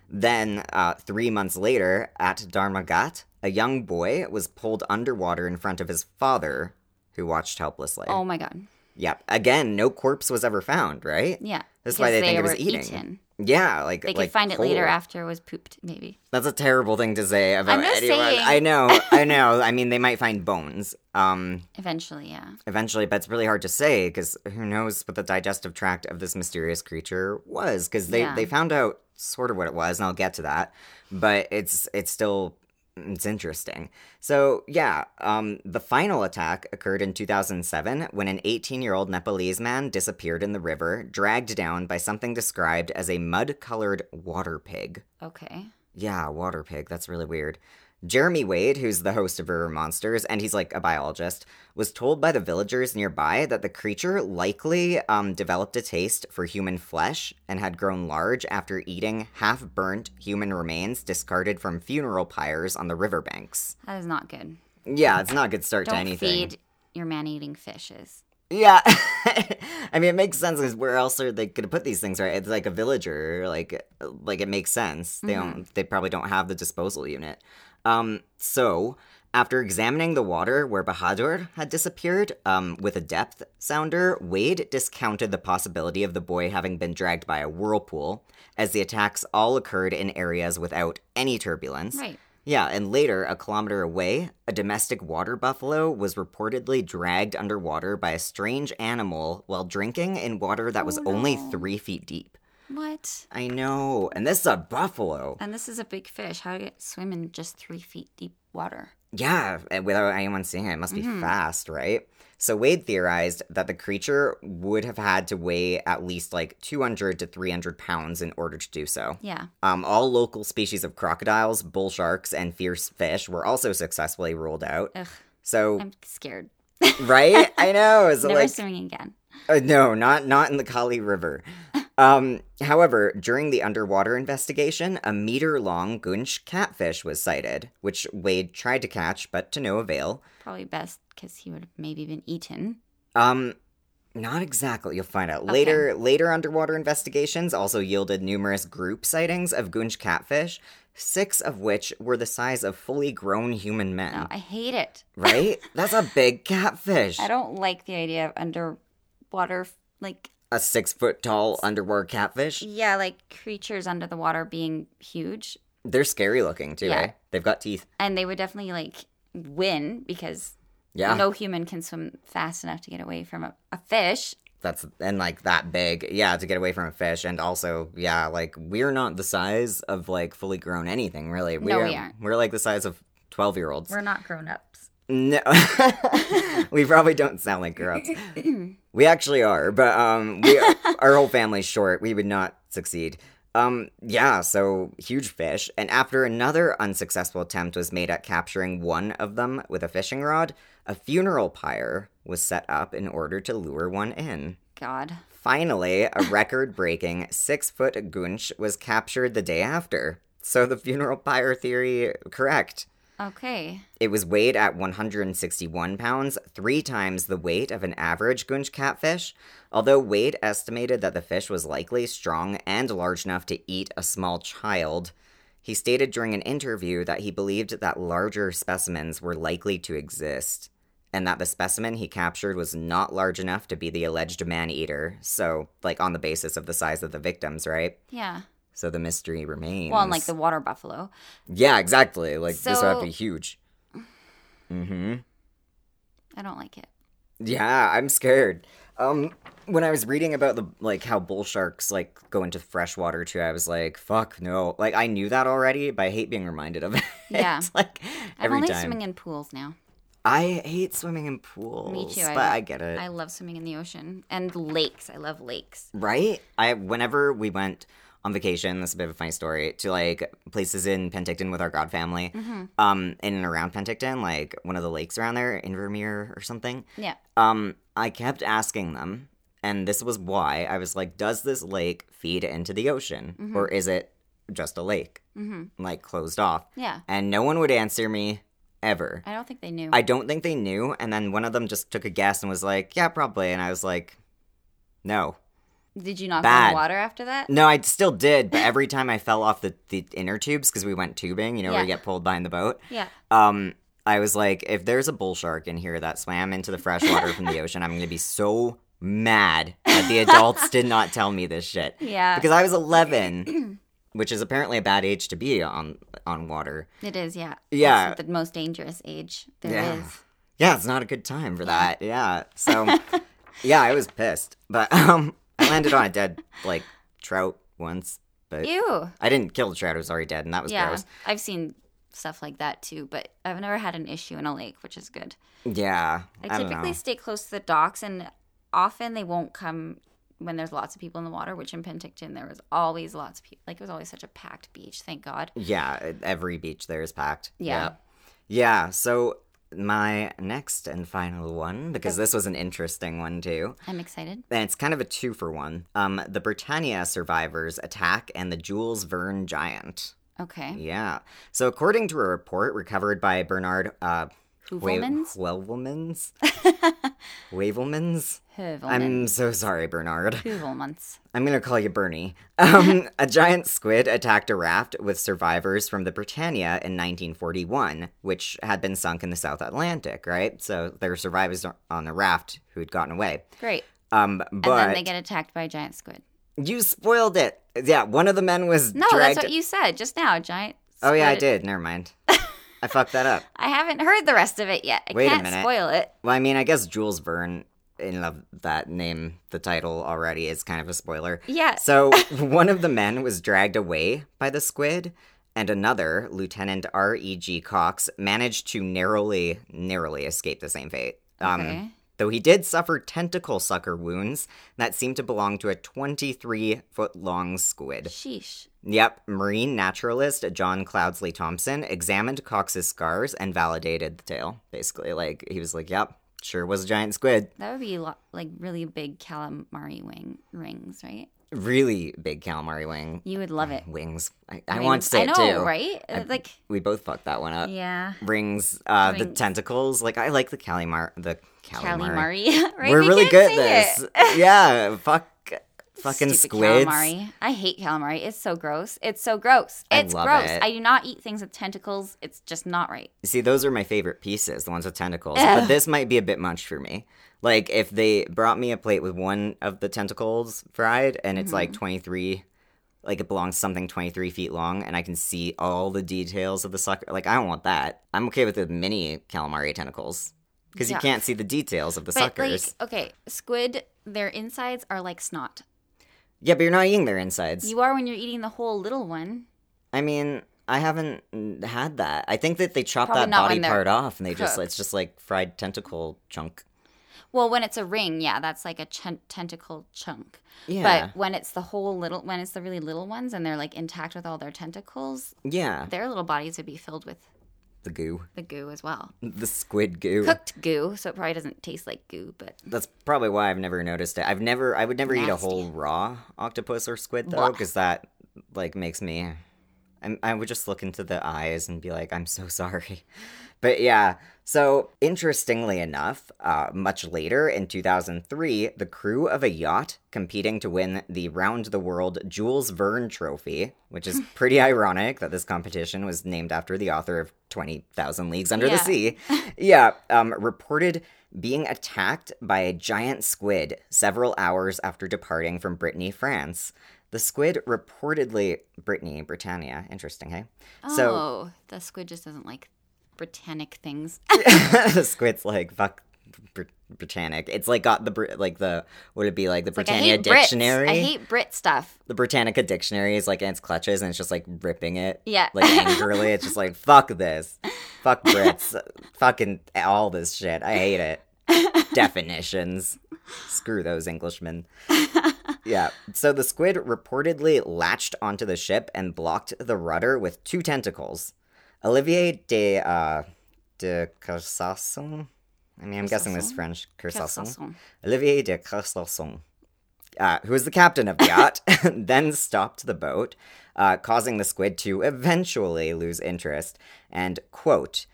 [SPEAKER 2] Then, uh, three months later, at Dharmagat, a young boy was pulled underwater in front of his father, who watched helplessly.
[SPEAKER 1] Oh my God.
[SPEAKER 2] Yep. Again, no corpse was ever found, right?
[SPEAKER 1] Yeah.
[SPEAKER 2] That's why
[SPEAKER 1] because
[SPEAKER 2] they think it was eating. Yeah, like
[SPEAKER 1] They
[SPEAKER 2] like
[SPEAKER 1] could find it later
[SPEAKER 2] whole.
[SPEAKER 1] after it was pooped, maybe.
[SPEAKER 2] That's a terrible thing to say about
[SPEAKER 1] I'm just
[SPEAKER 2] anyone.
[SPEAKER 1] saying.
[SPEAKER 2] I know, I know. I mean, they might find bones. Um,
[SPEAKER 1] Eventually, yeah.
[SPEAKER 2] eventually, but it's really hard to say because who knows what the digestive tract of this mysterious creature was? Because they
[SPEAKER 1] Yeah.
[SPEAKER 2] they found out sort of what it was, and I'll get to that. But it's it's still it's interesting. So yeah, um, the final attack occurred in 2007 when an 18 year old Nepalese man disappeared in the river, dragged down by something described as a mud colored water pig.
[SPEAKER 1] Okay.
[SPEAKER 2] Yeah, water pig. That's really weird. Jeremy Wade, who's the host of River Monsters, and he's like a biologist, was told by the villagers nearby that the creature likely um, developed a taste for human flesh and had grown large after eating half burnt human remains discarded from funeral pyres on the riverbanks.
[SPEAKER 1] That is not good.
[SPEAKER 2] Yeah, it's not a good start to
[SPEAKER 1] Don't
[SPEAKER 2] anything.
[SPEAKER 1] feed your man eating fishes.
[SPEAKER 2] Yeah, I mean it makes sense because where else are they gonna put these things? Right, it's like a villager, like like it makes sense. They don't, they probably don't have the disposal unit. Um, so after examining the water where Bahadur had disappeared, um, with a depth sounder, Wade discounted the possibility of the boy having been dragged by a whirlpool, as the attacks all occurred in areas without any turbulence.
[SPEAKER 1] Right.
[SPEAKER 2] Yeah, and later, a kilometer away, a domestic water buffalo was reportedly dragged underwater by a strange animal while drinking in water that was only three feet deep.
[SPEAKER 1] What?
[SPEAKER 2] I know, and this is a buffalo.
[SPEAKER 1] And this is a big fish. How do you swim in just three feet deep water?
[SPEAKER 2] Yeah, and without anyone seeing it, it must be fast, right? So Wade theorized that the creature would have had to weigh at least like 200 to 300 pounds in order to do so.
[SPEAKER 1] Yeah.
[SPEAKER 2] Um, all local species of crocodiles, bull sharks, and fierce fish were also successfully ruled out.
[SPEAKER 1] Ugh.
[SPEAKER 2] So
[SPEAKER 1] I'm scared.
[SPEAKER 2] right? I know. Oh. So
[SPEAKER 1] Never
[SPEAKER 2] like,
[SPEAKER 1] swimming again.
[SPEAKER 2] uh, no, not not in the Kali River. Um, however, during the underwater investigation, a meter-long Gunch catfish was sighted, which Wade tried to catch, but to no avail.
[SPEAKER 1] Probably best because he would have maybe been eaten.
[SPEAKER 2] Um, not exactly. You'll find out later. Later underwater investigations also yielded numerous group sightings of Gunch catfish, six of which were the size of fully grown human men.
[SPEAKER 1] No, I hate it.
[SPEAKER 2] Right? That's a big catfish.
[SPEAKER 1] I don't like the idea of underwater, like,
[SPEAKER 2] A six-foot-tall underwater catfish.
[SPEAKER 1] yeah, like creatures under the water being huge.
[SPEAKER 2] They're scary looking too,
[SPEAKER 1] Yeah.
[SPEAKER 2] eh? They've got teeth.
[SPEAKER 1] And they would definitely, like, win because
[SPEAKER 2] Yeah.
[SPEAKER 1] no human can swim fast enough to get away from a, a fish.
[SPEAKER 2] That's and like that big. Yeah, to get away from a fish and also, yeah, like we're not the size of like fully grown anything really.
[SPEAKER 1] No,
[SPEAKER 2] We're,
[SPEAKER 1] we aren't.
[SPEAKER 2] We're like the size of 12-year-olds.
[SPEAKER 1] We're not grown ups.
[SPEAKER 2] No. we probably don't sound like grown-ups. we actually are, but um we our whole family's short. We would not succeed. Um yeah, so huge fish and after another unsuccessful attempt was made at capturing one of them with a fishing rod, a funeral pyre was set up in order to lure one in.
[SPEAKER 1] God.
[SPEAKER 2] Finally, a record breaking six foot gunch was captured the day after. So the funeral pyre theory correct.
[SPEAKER 1] Okay.
[SPEAKER 2] It was weighed at 161 pounds, three times the weight of an average gunch catfish, although Wade estimated that the fish was likely strong and large enough to eat a small child. He stated during an interview that he believed that larger specimens were likely to exist, and that the specimen he captured was not large enough to be the alleged man eater, so, like, on the basis of the size of the victims, right?
[SPEAKER 1] Yeah.
[SPEAKER 2] So the mystery remains.
[SPEAKER 1] Well, and like the water buffalo.
[SPEAKER 2] Yeah, exactly. Like, this would have to be
[SPEAKER 1] So-
[SPEAKER 2] huge. Mm hmm.
[SPEAKER 1] I don't like it.
[SPEAKER 2] Yeah, I'm scared. Um, when I was reading about the like how bull sharks like go into freshwater too, I was like, "Fuck no!" Like I knew that already, but I hate being reminded of it.
[SPEAKER 1] Yeah.
[SPEAKER 2] like
[SPEAKER 1] I'm
[SPEAKER 2] every
[SPEAKER 1] only
[SPEAKER 2] time.
[SPEAKER 1] swimming in pools now.
[SPEAKER 2] I hate swimming in pools.
[SPEAKER 1] Me too.
[SPEAKER 2] But I, get it,
[SPEAKER 1] I love swimming in the ocean and lakes. I love lakes.
[SPEAKER 2] right? I whenever we went on vacation, this is a bit of a funny story to like places in Penticton with our god family,
[SPEAKER 1] Mm-hmm.
[SPEAKER 2] um, in and around Penticton, like one of the lakes around there, Invermere or something.
[SPEAKER 1] Yeah.
[SPEAKER 2] Um, I kept asking them, and this was why I was like, "Does this lake feed into the ocean, or is it just a lake,
[SPEAKER 1] Mm-hmm.
[SPEAKER 2] like closed off?"
[SPEAKER 1] Yeah.
[SPEAKER 2] And no one would answer me ever.
[SPEAKER 1] I don't think they knew.
[SPEAKER 2] I don't think they knew. And then one of them just took a guess and was like, "Yeah, probably." And I was like, "No,
[SPEAKER 1] Did you not
[SPEAKER 2] Bad.
[SPEAKER 1] go in water after that?
[SPEAKER 2] no, I still did." But every time I fell off the the inner tubes because we went tubing, you know, where you
[SPEAKER 1] Yeah.
[SPEAKER 2] get pulled behind the boat.
[SPEAKER 1] Yeah.
[SPEAKER 2] Um, I was like, if there's a bull shark in here that swam into the fresh water from the ocean, I'm gonna be so mad that the adults did not tell me this shit.
[SPEAKER 1] Yeah.
[SPEAKER 2] Because I was 11, which is apparently a bad age to be on on water.
[SPEAKER 1] It is, yeah.
[SPEAKER 2] Yeah.
[SPEAKER 1] It's the most dangerous age there is.
[SPEAKER 2] yeah. Yeah, it's not a good time for that. Yeah. So, yeah, I was pissed, but um, I landed on a dead like trout once, but
[SPEAKER 1] Ew.
[SPEAKER 2] I didn't kill the trout. It was already dead, and that was
[SPEAKER 1] Yeah.
[SPEAKER 2] gross.
[SPEAKER 1] I've seen stuff like that too, but I've never had an issue in a lake, which is good.
[SPEAKER 2] Yeah.
[SPEAKER 1] I,
[SPEAKER 2] I don't
[SPEAKER 1] typically
[SPEAKER 2] know.
[SPEAKER 1] stay close to the docks and often they won't come when there's lots of people in the water, which in Penticton there was always lots of people. Like it was always such a packed beach. Thank God.
[SPEAKER 2] Yeah, e, every beach there is packed.
[SPEAKER 1] Yeah.
[SPEAKER 2] Yep. Yeah, so my next and final one, because this was an interesting one too,
[SPEAKER 1] I'm excited.
[SPEAKER 2] and it's kind of a two for one. Um, the Britannia survivors attack and the Jules Verne giant.
[SPEAKER 1] Okay.
[SPEAKER 2] Yeah. So according to a report recovered by Bernard uh,
[SPEAKER 1] Hoovelmans?
[SPEAKER 2] Wavelmans? Wavelmans?
[SPEAKER 1] Hoovelman.
[SPEAKER 2] I'm so sorry, Bernard.
[SPEAKER 1] Hoovelmans.
[SPEAKER 2] I'm gonna call you Bernie. Um, a giant squid attacked a raft with survivors from the Britannia in 1941, which had been sunk in the South Atlantic, right? So there were survivors on the raft who had gotten away.
[SPEAKER 1] Great.
[SPEAKER 2] Um,
[SPEAKER 1] And
[SPEAKER 2] but
[SPEAKER 1] then they get attacked by a giant squid.
[SPEAKER 2] you spoiled it. Yeah, one of the men was
[SPEAKER 1] No,
[SPEAKER 2] dragged.
[SPEAKER 1] that's what you said just now. Giant.
[SPEAKER 2] oh yeah, I
[SPEAKER 1] squid.
[SPEAKER 2] did. Never mind. I fucked that up.
[SPEAKER 1] I haven't heard the rest of it yet. I
[SPEAKER 2] Wait a
[SPEAKER 1] can't
[SPEAKER 2] minute.
[SPEAKER 1] spoil it.
[SPEAKER 2] Well, I mean, I guess Jules Verne, in of that name, the title already is kind of a spoiler.
[SPEAKER 1] Yeah.
[SPEAKER 2] So one of the men was dragged away by the squid, and another, Lieutenant R.E.G. Cox, managed to narrowly, narrowly escape the same fate. Um,
[SPEAKER 1] Okay.
[SPEAKER 2] Though he did suffer tentacle sucker wounds that seemed to belong to a 23 foot long squid.
[SPEAKER 1] Sheesh.
[SPEAKER 2] Yep, marine naturalist John Cloudsley Thompson examined Cox's scars and validated the tale. Basically, like he was like, "Yep, sure was a giant squid,
[SPEAKER 1] That would be lo- like really big calamari wing rings, right?
[SPEAKER 2] really big calamari wing
[SPEAKER 1] You would love it.
[SPEAKER 2] wings." I, I want to say
[SPEAKER 1] I know,
[SPEAKER 2] it too. uh,
[SPEAKER 1] right? Uh, like,
[SPEAKER 2] We both fucked that one up.
[SPEAKER 1] yeah.
[SPEAKER 2] Rings, uh, the
[SPEAKER 1] Rings.
[SPEAKER 2] tentacles. Like I like the calamari. The calamari.
[SPEAKER 1] Calamari, right?
[SPEAKER 2] We're
[SPEAKER 1] We
[SPEAKER 2] really
[SPEAKER 1] can't
[SPEAKER 2] good at
[SPEAKER 1] say it.
[SPEAKER 2] this. yeah, fuck, fucking
[SPEAKER 1] Stupid
[SPEAKER 2] squids.
[SPEAKER 1] Calamari. I hate calamari. It's so gross. It's so gross.
[SPEAKER 2] I
[SPEAKER 1] It's
[SPEAKER 2] love
[SPEAKER 1] gross.
[SPEAKER 2] it.
[SPEAKER 1] I do not eat things with tentacles. It's just not right.
[SPEAKER 2] See, those are my favorite pieces, the ones with tentacles. But
[SPEAKER 1] Ugh.
[SPEAKER 2] this might be a bit much for me. Like, if they brought me a plate with one of the tentacles fried and it's
[SPEAKER 1] Mm-hmm.
[SPEAKER 2] like 23, like it belongs to something 23 feet long, and I can see all the details of the sucker, like, I don't want that. I'm okay with the mini calamari tentacles because you
[SPEAKER 1] Yeah.
[SPEAKER 2] can't see the details of the suckers.
[SPEAKER 1] like, okay, squid, their insides are like snot.
[SPEAKER 2] yeah, but you're not eating their insides.
[SPEAKER 1] You are when you're eating the whole little one.
[SPEAKER 2] I mean, I haven't mm, had that. I think that they chop
[SPEAKER 1] Probably
[SPEAKER 2] that
[SPEAKER 1] not
[SPEAKER 2] body
[SPEAKER 1] when they're
[SPEAKER 2] part off and they just,
[SPEAKER 1] cooked.
[SPEAKER 2] it's just like fried tentacle chunk.
[SPEAKER 1] Well, when it's a ring, yeah, that's like a chen- tentacle chunk.
[SPEAKER 2] Yeah.
[SPEAKER 1] But when it's the whole little, when it's the really little ones and they're like intact with all their tentacles,
[SPEAKER 2] yeah.
[SPEAKER 1] their little bodies would be filled with
[SPEAKER 2] The goo.
[SPEAKER 1] the goo as well.
[SPEAKER 2] The squid goo.
[SPEAKER 1] Cooked goo, so it probably doesn't taste like goo, but
[SPEAKER 2] That's probably why I've never noticed it. I've never, I would never eat a
[SPEAKER 1] Nasty.
[SPEAKER 2] whole raw octopus or squid though,
[SPEAKER 1] Blah.
[SPEAKER 2] because that like makes me. I'm, I would just look into the eyes and be like, "I'm so sorry," but yeah. So interestingly enough, uh, much later in 2003, the crew of a yacht competing to win the round the world Jules Verne Trophy, which is pretty ironic that this competition was named after the author of 20,000 Leagues Under the
[SPEAKER 1] Yeah.
[SPEAKER 2] Sea. yeah, um, reported being attacked by a giant squid several hours after departing from Brittany, France. The squid reportedly Brittany, Britannia. Interesting, hey?
[SPEAKER 1] oh,
[SPEAKER 2] So
[SPEAKER 1] the squid just doesn't like Britannic things. Oh.
[SPEAKER 2] the squid's like fuck Br- Britannic. It's like got the Br- like the would it be like the
[SPEAKER 1] Like, I
[SPEAKER 2] Britannia
[SPEAKER 1] hate
[SPEAKER 2] dictionary?
[SPEAKER 1] Brits. I hate Brit stuff.
[SPEAKER 2] the Britannica dictionary is like in its clutches and it's just like ripping it.
[SPEAKER 1] Yeah.
[SPEAKER 2] Like angrily, it's just like fuck this, fuck Brits, fucking all this shit. I hate it. Definitions, screw those Englishmen. Yeah. So the squid reportedly latched onto the ship and blocked the rudder with two tentacles. Olivier de uh, de Kersasson. I mean, I'm guessing this is
[SPEAKER 1] Kersasson?
[SPEAKER 2] French. Kersasson.
[SPEAKER 1] Croissant.
[SPEAKER 2] Olivier de Cresson, uh, who was the captain of the yacht, then stopped the boat, uh, causing the squid to eventually lose interest. And, quote,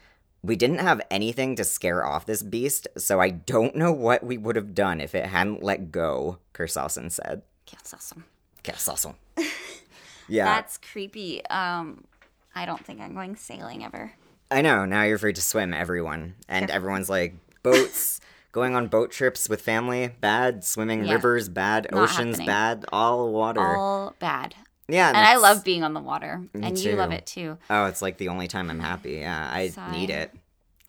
[SPEAKER 2] we didn't have anything to scare off this beast, so I don't know what we would have done if it hadn't let go, Kersausen said.
[SPEAKER 1] Croissant.
[SPEAKER 2] Kersausen. Yeah.
[SPEAKER 1] That's creepy. Um, I don't think I'm going sailing ever.
[SPEAKER 2] I know. Now you're free to swim, everyone. And everyone's like, boats, going on boat trips with family, bad. Swimming
[SPEAKER 1] Yeah.
[SPEAKER 2] rivers, bad.
[SPEAKER 1] Not
[SPEAKER 2] oceans,
[SPEAKER 1] happening.
[SPEAKER 2] bad. All water.
[SPEAKER 1] All bad.
[SPEAKER 2] yeah.
[SPEAKER 1] And I
[SPEAKER 2] that's-
[SPEAKER 1] love being on the water, and you love
[SPEAKER 2] too.
[SPEAKER 1] it too.
[SPEAKER 2] Oh, it's like the only time I'm happy. Yeah, I
[SPEAKER 1] Sigh.
[SPEAKER 2] need it.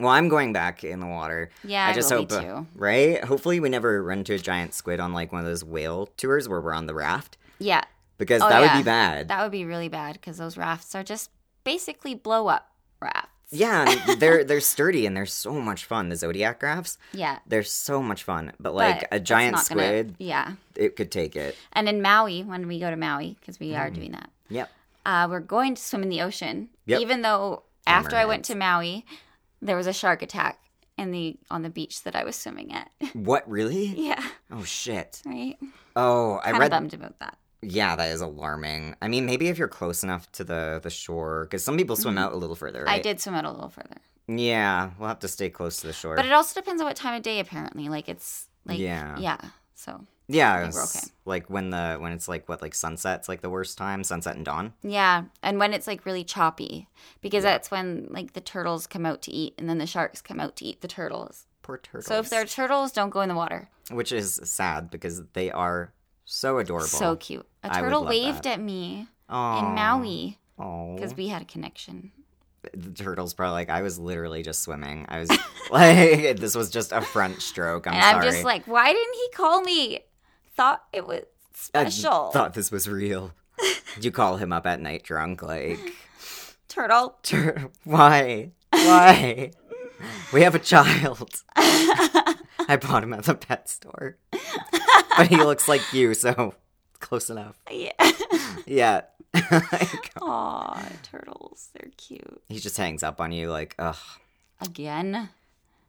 [SPEAKER 2] Well, I'm going back in the water.
[SPEAKER 1] Yeah,
[SPEAKER 2] I
[SPEAKER 1] I
[SPEAKER 2] just
[SPEAKER 1] will
[SPEAKER 2] hope,
[SPEAKER 1] be
[SPEAKER 2] uh,
[SPEAKER 1] too.
[SPEAKER 2] right? Hopefully, we never run into a giant squid on like one of those whale tours where we're on the raft
[SPEAKER 1] Yeah,
[SPEAKER 2] because
[SPEAKER 1] Oh,
[SPEAKER 2] that would
[SPEAKER 1] yeah.
[SPEAKER 2] be bad.
[SPEAKER 1] that would be really bad because those rafts are just basically blow up rafts.
[SPEAKER 2] Yeah, and they're they're sturdy and they're so much fun. The zodiac graphs,
[SPEAKER 1] Yeah.
[SPEAKER 2] they're so much fun. But like
[SPEAKER 1] but
[SPEAKER 2] a
[SPEAKER 1] that's
[SPEAKER 2] giant
[SPEAKER 1] not gonna-
[SPEAKER 2] squid,
[SPEAKER 1] yeah.
[SPEAKER 2] it could take it.
[SPEAKER 1] And in Maui, when we go to Maui, because we
[SPEAKER 2] Mm.
[SPEAKER 1] are doing that,
[SPEAKER 2] Yep.
[SPEAKER 1] uh, we're going to swim in the ocean.
[SPEAKER 2] Yep.
[SPEAKER 1] Even though after I went to Maui, there was a shark attack in the on the beach that I was swimming at.
[SPEAKER 2] What really?
[SPEAKER 1] yeah.
[SPEAKER 2] Oh shit.
[SPEAKER 1] Right.
[SPEAKER 2] Oh, I
[SPEAKER 1] Kind of
[SPEAKER 2] read
[SPEAKER 1] bummed about that.
[SPEAKER 2] Yeah, that is alarming. I mean, maybe if you're close enough to the the shore, because some people swim out a little further. Right?
[SPEAKER 1] Mm-hmm. I did swim out a little further,
[SPEAKER 2] Yeah, we'll have to stay close to the shore.
[SPEAKER 1] but it also depends on what time of day. Apparently, like it's like
[SPEAKER 2] Yeah.
[SPEAKER 1] yeah, So
[SPEAKER 2] yeah,
[SPEAKER 1] think we're
[SPEAKER 2] it's
[SPEAKER 1] okay.
[SPEAKER 2] like when the when it's like what like sunset's like the worst time, sunset and dawn.
[SPEAKER 1] yeah, and when it's like really choppy, because that's when like the turtles come out to eat, and then the sharks come out to eat the turtles.
[SPEAKER 2] Poor turtles.
[SPEAKER 1] So if they're turtles, don't go in the water.
[SPEAKER 2] which is sad because they are so adorable.
[SPEAKER 1] So cute. A
[SPEAKER 2] I would
[SPEAKER 1] turtle
[SPEAKER 2] love
[SPEAKER 1] waved at me in Maui
[SPEAKER 2] Oh,
[SPEAKER 1] because we had a connection.
[SPEAKER 2] the turtles probably like I was literally just swimming. I was like, this was just a front stroke. I'm
[SPEAKER 1] and
[SPEAKER 2] sorry.
[SPEAKER 1] I'm just like, why didn't he call me? Thought it was
[SPEAKER 2] I
[SPEAKER 1] special.
[SPEAKER 2] thought this was real. you call him up at night drunk, like.
[SPEAKER 1] Turtle.
[SPEAKER 2] Tur- Why? Why? we have a child. I bought him at the pet store. but he looks like you, so close enough.
[SPEAKER 1] Yeah.
[SPEAKER 2] Yeah. Like,
[SPEAKER 1] Aw, turtles. They're cute.
[SPEAKER 2] he just hangs up on you like, ugh,
[SPEAKER 1] Again.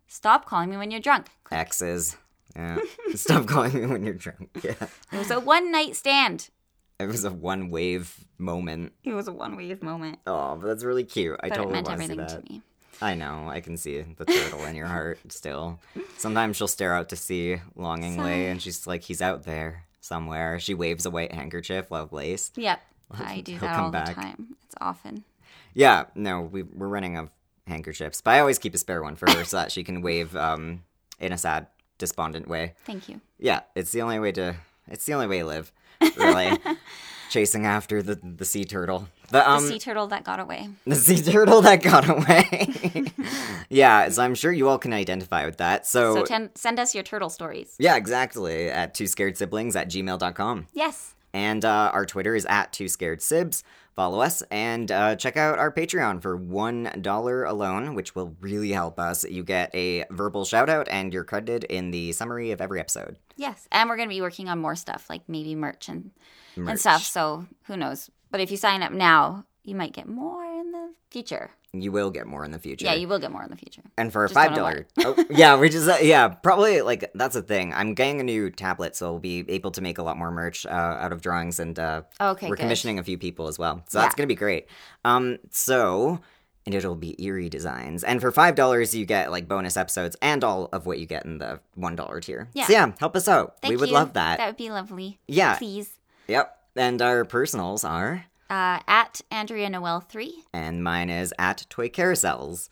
[SPEAKER 1] Stop calling me when you're drunk.
[SPEAKER 2] exes. Yeah. Stop calling me when you're drunk. Yeah.
[SPEAKER 1] It was a one night stand.
[SPEAKER 2] It was a one wave moment.
[SPEAKER 1] It was a one wave moment.
[SPEAKER 2] Oh, but that's really cute. I
[SPEAKER 1] But
[SPEAKER 2] totally
[SPEAKER 1] it meant
[SPEAKER 2] want to see
[SPEAKER 1] everything
[SPEAKER 2] that.
[SPEAKER 1] to me.
[SPEAKER 2] I know. I can see the turtle in your heart still. Sometimes she'll stare out to sea longingly, and she's like, "He's out there somewhere." She waves a white handkerchief, of lace.
[SPEAKER 1] Yep. I do
[SPEAKER 2] He'll
[SPEAKER 1] that
[SPEAKER 2] come
[SPEAKER 1] all
[SPEAKER 2] back.
[SPEAKER 1] the time. It's often.
[SPEAKER 2] Yeah, no, we, we're running out of handkerchiefs, but I always keep a spare one for her so that she can wave um, in a sad, despondent way.
[SPEAKER 1] Thank you.
[SPEAKER 2] Yeah, it's the only way to. It's the only way to live, really. Chasing after the the sea turtle. The
[SPEAKER 1] The
[SPEAKER 2] um
[SPEAKER 1] sea turtle that got away.
[SPEAKER 2] The sea turtle that got away. yeah, so I'm sure you all can identify with that. So,
[SPEAKER 1] So ten- send us your turtle stories.
[SPEAKER 2] yeah, exactly. At two scared siblings at gmail.com.
[SPEAKER 1] Yes.
[SPEAKER 2] And uh, our Twitter is at two scared sibs. Follow us and uh, check out our Patreon for $1 alone, which will really help us. You get a verbal shout out and you're credited in the summary of every episode.
[SPEAKER 1] Yes. And we're going to be working on more stuff, like maybe merch and, and stuff. So who knows? But if you sign up now, you might get more in the future.
[SPEAKER 2] You will get more in the future.
[SPEAKER 1] Yeah, you will get more in the future.
[SPEAKER 2] And for a
[SPEAKER 1] Just don't
[SPEAKER 2] five
[SPEAKER 1] know
[SPEAKER 2] dollar, oh, yeah, we just uh, yeah, probably like that's a thing. I'm getting a new tablet, so we'll be able to make a lot more merch uh, out of drawings, and uh,
[SPEAKER 1] Okay,
[SPEAKER 2] we're
[SPEAKER 1] good.
[SPEAKER 2] commissioning a few people as well. So that's
[SPEAKER 1] Yeah.
[SPEAKER 2] gonna be great. Um, so and it'll be eerie designs, and for five dollars you get like bonus episodes and all of what you get in the one dollar tier.
[SPEAKER 1] Yeah.
[SPEAKER 2] so, yeah, help us out.
[SPEAKER 1] Thank
[SPEAKER 2] we would
[SPEAKER 1] you.
[SPEAKER 2] love that.
[SPEAKER 1] That would be lovely.
[SPEAKER 2] Yeah.
[SPEAKER 1] Please.
[SPEAKER 2] Yep. And our personals are,
[SPEAKER 1] Uh, at Andrea Noel 3.
[SPEAKER 2] and mine is at Toy Carousels.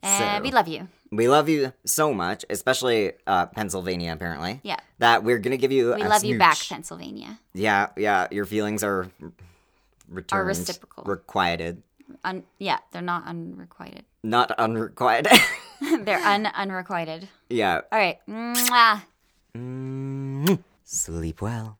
[SPEAKER 1] And
[SPEAKER 2] So-
[SPEAKER 1] we love you.
[SPEAKER 2] We love you so much, especially uh, Pennsylvania, apparently.
[SPEAKER 1] Yeah.
[SPEAKER 2] That we're gonna give you.
[SPEAKER 1] We
[SPEAKER 2] a
[SPEAKER 1] love you back,
[SPEAKER 2] smooch.
[SPEAKER 1] Pennsylvania.
[SPEAKER 2] Yeah, yeah. Your feelings are r- returned,
[SPEAKER 1] reciprocal.
[SPEAKER 2] requited,
[SPEAKER 1] Un- yeah, they're not unrequited.
[SPEAKER 2] not unrequited.
[SPEAKER 1] they're un- unrequited.
[SPEAKER 2] yeah.
[SPEAKER 1] All right. Mwah.
[SPEAKER 2] Mm, Mm-hmm. Sleep well.